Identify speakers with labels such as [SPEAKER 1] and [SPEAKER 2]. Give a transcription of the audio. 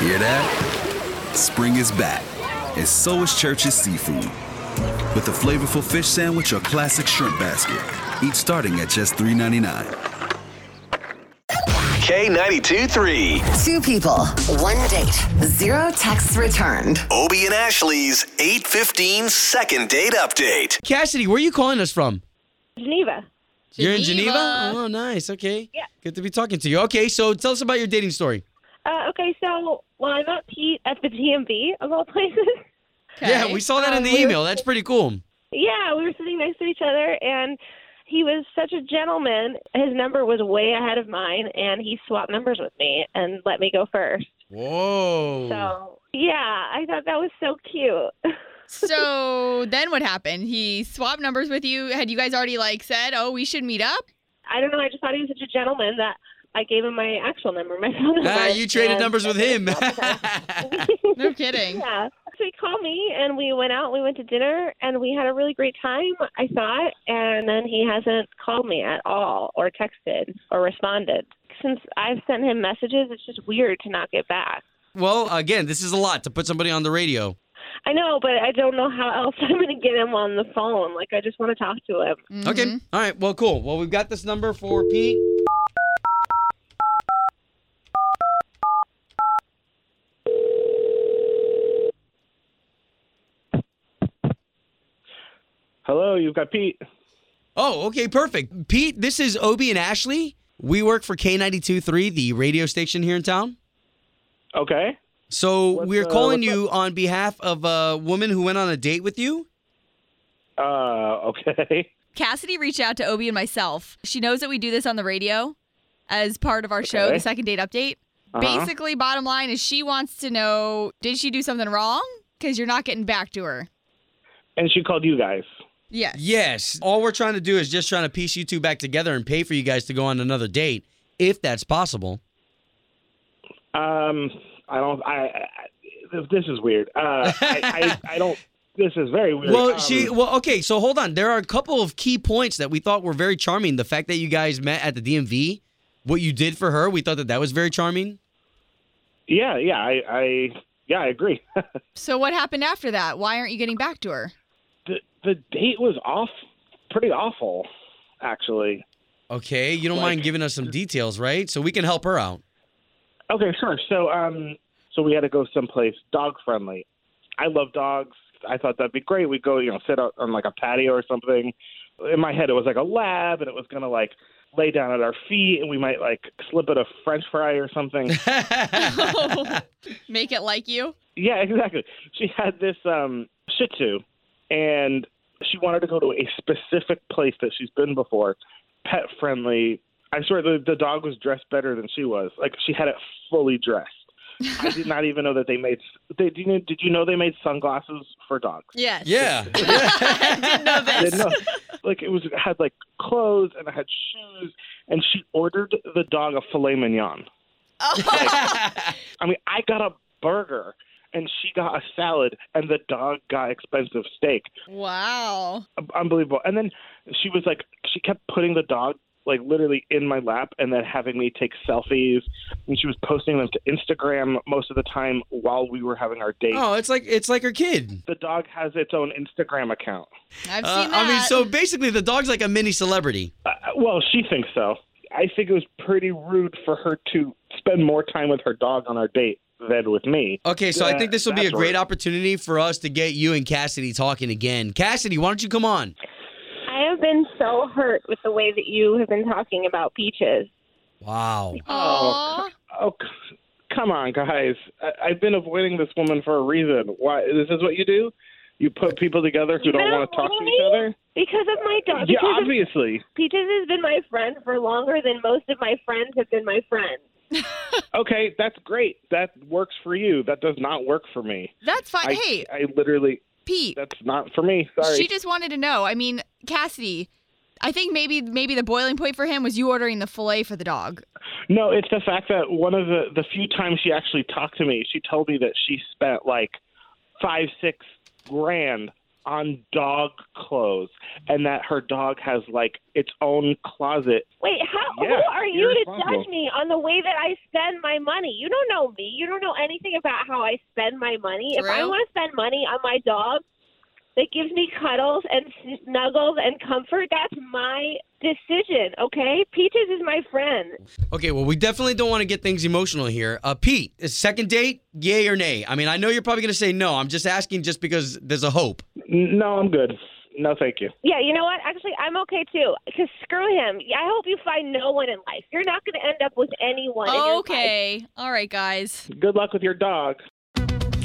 [SPEAKER 1] hear that? Spring is back, and so is Church's seafood. With a flavorful fish sandwich or classic shrimp basket, each starting at just $3.99.
[SPEAKER 2] K92 3.
[SPEAKER 3] Two people, one date, zero texts returned.
[SPEAKER 2] Obie and Ashley's 815 second date update.
[SPEAKER 4] Cassidy, where are you calling us from?
[SPEAKER 5] Geneva.
[SPEAKER 4] You're in Geneva?
[SPEAKER 6] Geneva.
[SPEAKER 4] Oh, nice. Okay.
[SPEAKER 5] Yeah.
[SPEAKER 4] Good to be talking to you. Okay, so tell us about your dating story.
[SPEAKER 5] Uh, okay, so well, I met Pete at the DMV of all places.
[SPEAKER 4] Yeah, we saw that in the email. That's pretty cool.
[SPEAKER 5] yeah, we were sitting next to each other, and he was such a gentleman. His number was way ahead of mine, and he swapped numbers with me and let me go first.
[SPEAKER 4] Whoa.
[SPEAKER 5] So yeah, I thought that was so cute.
[SPEAKER 6] So then what happened? He swapped numbers with you. Had you guys already like said, "Oh, we should meet up"?
[SPEAKER 5] I don't know. I just thought he was such a gentleman that I gave him my actual number, my phone number.
[SPEAKER 4] Ah, you traded
[SPEAKER 5] and-
[SPEAKER 4] numbers with him.
[SPEAKER 6] No kidding.
[SPEAKER 5] Yeah. So he called me and we went out, we went to dinner, and we had a really great time, I thought. And then he hasn't called me at all, or texted, or responded. Since I've sent him messages, it's just weird to not get back.
[SPEAKER 4] well, again, this is a lot to put somebody on the radio.
[SPEAKER 5] I know, but I don't know how else I'm going to get him on the phone. Like, I just want to talk to him.
[SPEAKER 4] Okay. All right. Well, cool. Well, we've got this number for Pete.
[SPEAKER 7] Hello, you've got Pete.
[SPEAKER 4] Oh, okay, perfect. Pete, this is Obie and Ashley. We work for K92.3, the radio station here in town.
[SPEAKER 7] Okay.
[SPEAKER 4] So
[SPEAKER 7] What's,
[SPEAKER 4] we're
[SPEAKER 7] uh,
[SPEAKER 4] calling
[SPEAKER 7] what's
[SPEAKER 4] you on behalf of a woman who went on a date with you.
[SPEAKER 7] Uh, okay.
[SPEAKER 6] Cassidy reached out to Obi and myself. She knows that we do this on the radio as part of our show,
[SPEAKER 7] Okay.
[SPEAKER 6] the second date update.
[SPEAKER 7] Uh-huh.
[SPEAKER 6] Basically, bottom line is she wants to know did she do something wrong? Because you're not getting back to her.
[SPEAKER 7] And she called you guys.
[SPEAKER 6] Yes.
[SPEAKER 4] Yes. All we're trying to do is just trying to piece you two back together and pay for you guys to go on another date, if that's possible.
[SPEAKER 7] Um, I don't. I, I this, this is weird. Uh, I, I, I don't. This is very weird.
[SPEAKER 4] Well,
[SPEAKER 7] Um,
[SPEAKER 4] she. Well, okay. So hold on. There are a couple of key points that we thought were very charming. The fact that you guys met at the DMV, what you did for her, we thought that that was very charming.
[SPEAKER 7] Yeah, yeah. I, I, yeah. I agree.
[SPEAKER 6] So what happened after that? Why aren't you getting back to her?
[SPEAKER 7] the the date was off. Pretty awful, actually.
[SPEAKER 4] Okay, you don't mind giving us some details, right? So we can help her out.
[SPEAKER 7] Okay, sure. So, um, so we had to go someplace dog friendly. I love dogs. I thought that'd be great. We'd go, you know, sit out on like a patio or something. In my head, it was like a lab, and it was gonna like lay down at our feet, and we might like slip it a French fry or something.
[SPEAKER 6] Make it like you?
[SPEAKER 7] yeah, exactly. She had this um Shih Tzu, and she wanted to go to a specific place that she's been before, pet friendly. I swear the, the dog was dressed better than she was. Like she had it fully dressed. I did not even know that they made. They did you, did you know they made sunglasses for dogs?
[SPEAKER 6] Yes.
[SPEAKER 4] yeah.
[SPEAKER 7] I didn't know. Like it was it had like clothes and it had shoes, and she ordered the dog a filet mignon. I mean, I got a burger and she got a salad, and the dog got expensive steak.
[SPEAKER 6] Wow.
[SPEAKER 7] unbelievable. And then she was like, she kept putting the dog like literally in my lap and then having me take selfies. And she was posting them to Instagram most of the time while we were having our date.
[SPEAKER 4] oh, it's like it's like her kid.
[SPEAKER 7] The dog has its own Instagram account.
[SPEAKER 6] I've seen
[SPEAKER 4] Uh,
[SPEAKER 6] that.
[SPEAKER 4] I mean, so basically, the dog's like a mini celebrity.
[SPEAKER 7] Uh, well, she thinks so. I think it was pretty rude for her to spend more time with her dog on our date than with me.
[SPEAKER 4] Okay, so I
[SPEAKER 7] Yeah,
[SPEAKER 4] think this will be a
[SPEAKER 7] that's
[SPEAKER 4] great
[SPEAKER 7] right.
[SPEAKER 4] opportunity for us to get you and Cassidy talking again. Cassidy, why don't you come on?
[SPEAKER 5] I have been so hurt with the way that you have been talking about peaches.
[SPEAKER 4] Wow.
[SPEAKER 6] Aw.
[SPEAKER 7] Oh, c- come on, guys. I- I've been avoiding this woman for a reason. Why? This is what you do? You put people together who
[SPEAKER 5] You've
[SPEAKER 7] don't
[SPEAKER 5] been
[SPEAKER 7] want to talk to
[SPEAKER 5] avoiding
[SPEAKER 7] each
[SPEAKER 5] me?
[SPEAKER 7] other?
[SPEAKER 5] Because of my dog.
[SPEAKER 7] Yeah,
[SPEAKER 5] because of
[SPEAKER 7] obviously.
[SPEAKER 5] Peaches has been my friend for longer than most of my friends have been my friends.
[SPEAKER 7] Okay, that's great. That works for you. That does not work for me.
[SPEAKER 6] That's fine.
[SPEAKER 7] I,
[SPEAKER 6] hey,
[SPEAKER 7] I literally,
[SPEAKER 6] Pete.
[SPEAKER 7] that's not for me. Sorry.
[SPEAKER 6] She just wanted to know. I mean, Cassidy, I think maybe maybe the boiling point for him was you ordering the fillet for the dog.
[SPEAKER 7] no, it's the fact that one of the the few times she actually talked to me, she told me that she spent like five, six grand on dog clothes and that her dog has like its own closet.
[SPEAKER 5] Wait, how
[SPEAKER 7] Yeah,
[SPEAKER 5] who are you to
[SPEAKER 7] irresponsible.
[SPEAKER 5] judge me on the way that I spend my money? You don't know me. You don't know anything about how I spend my money. If I
[SPEAKER 6] True.
[SPEAKER 5] want to spend money on my dog that gives me cuddles and snuggles and comfort, that's my decision, okay? Peaches is my friend.
[SPEAKER 4] Okay, well, we definitely don't want to get things emotional here. Uh, Pete, is second date, yay or nay? I mean, I know you're probably going to say no. I'm just asking just because there's a hope.
[SPEAKER 7] N- No, I'm good. No, thank you.
[SPEAKER 5] Yeah, you know what? Actually, I'm okay too. Because screw him. I hope you find no one in life. You're not going to end up with anyone. in your life.
[SPEAKER 6] Okay. All right, guys.
[SPEAKER 7] Good luck with your dog.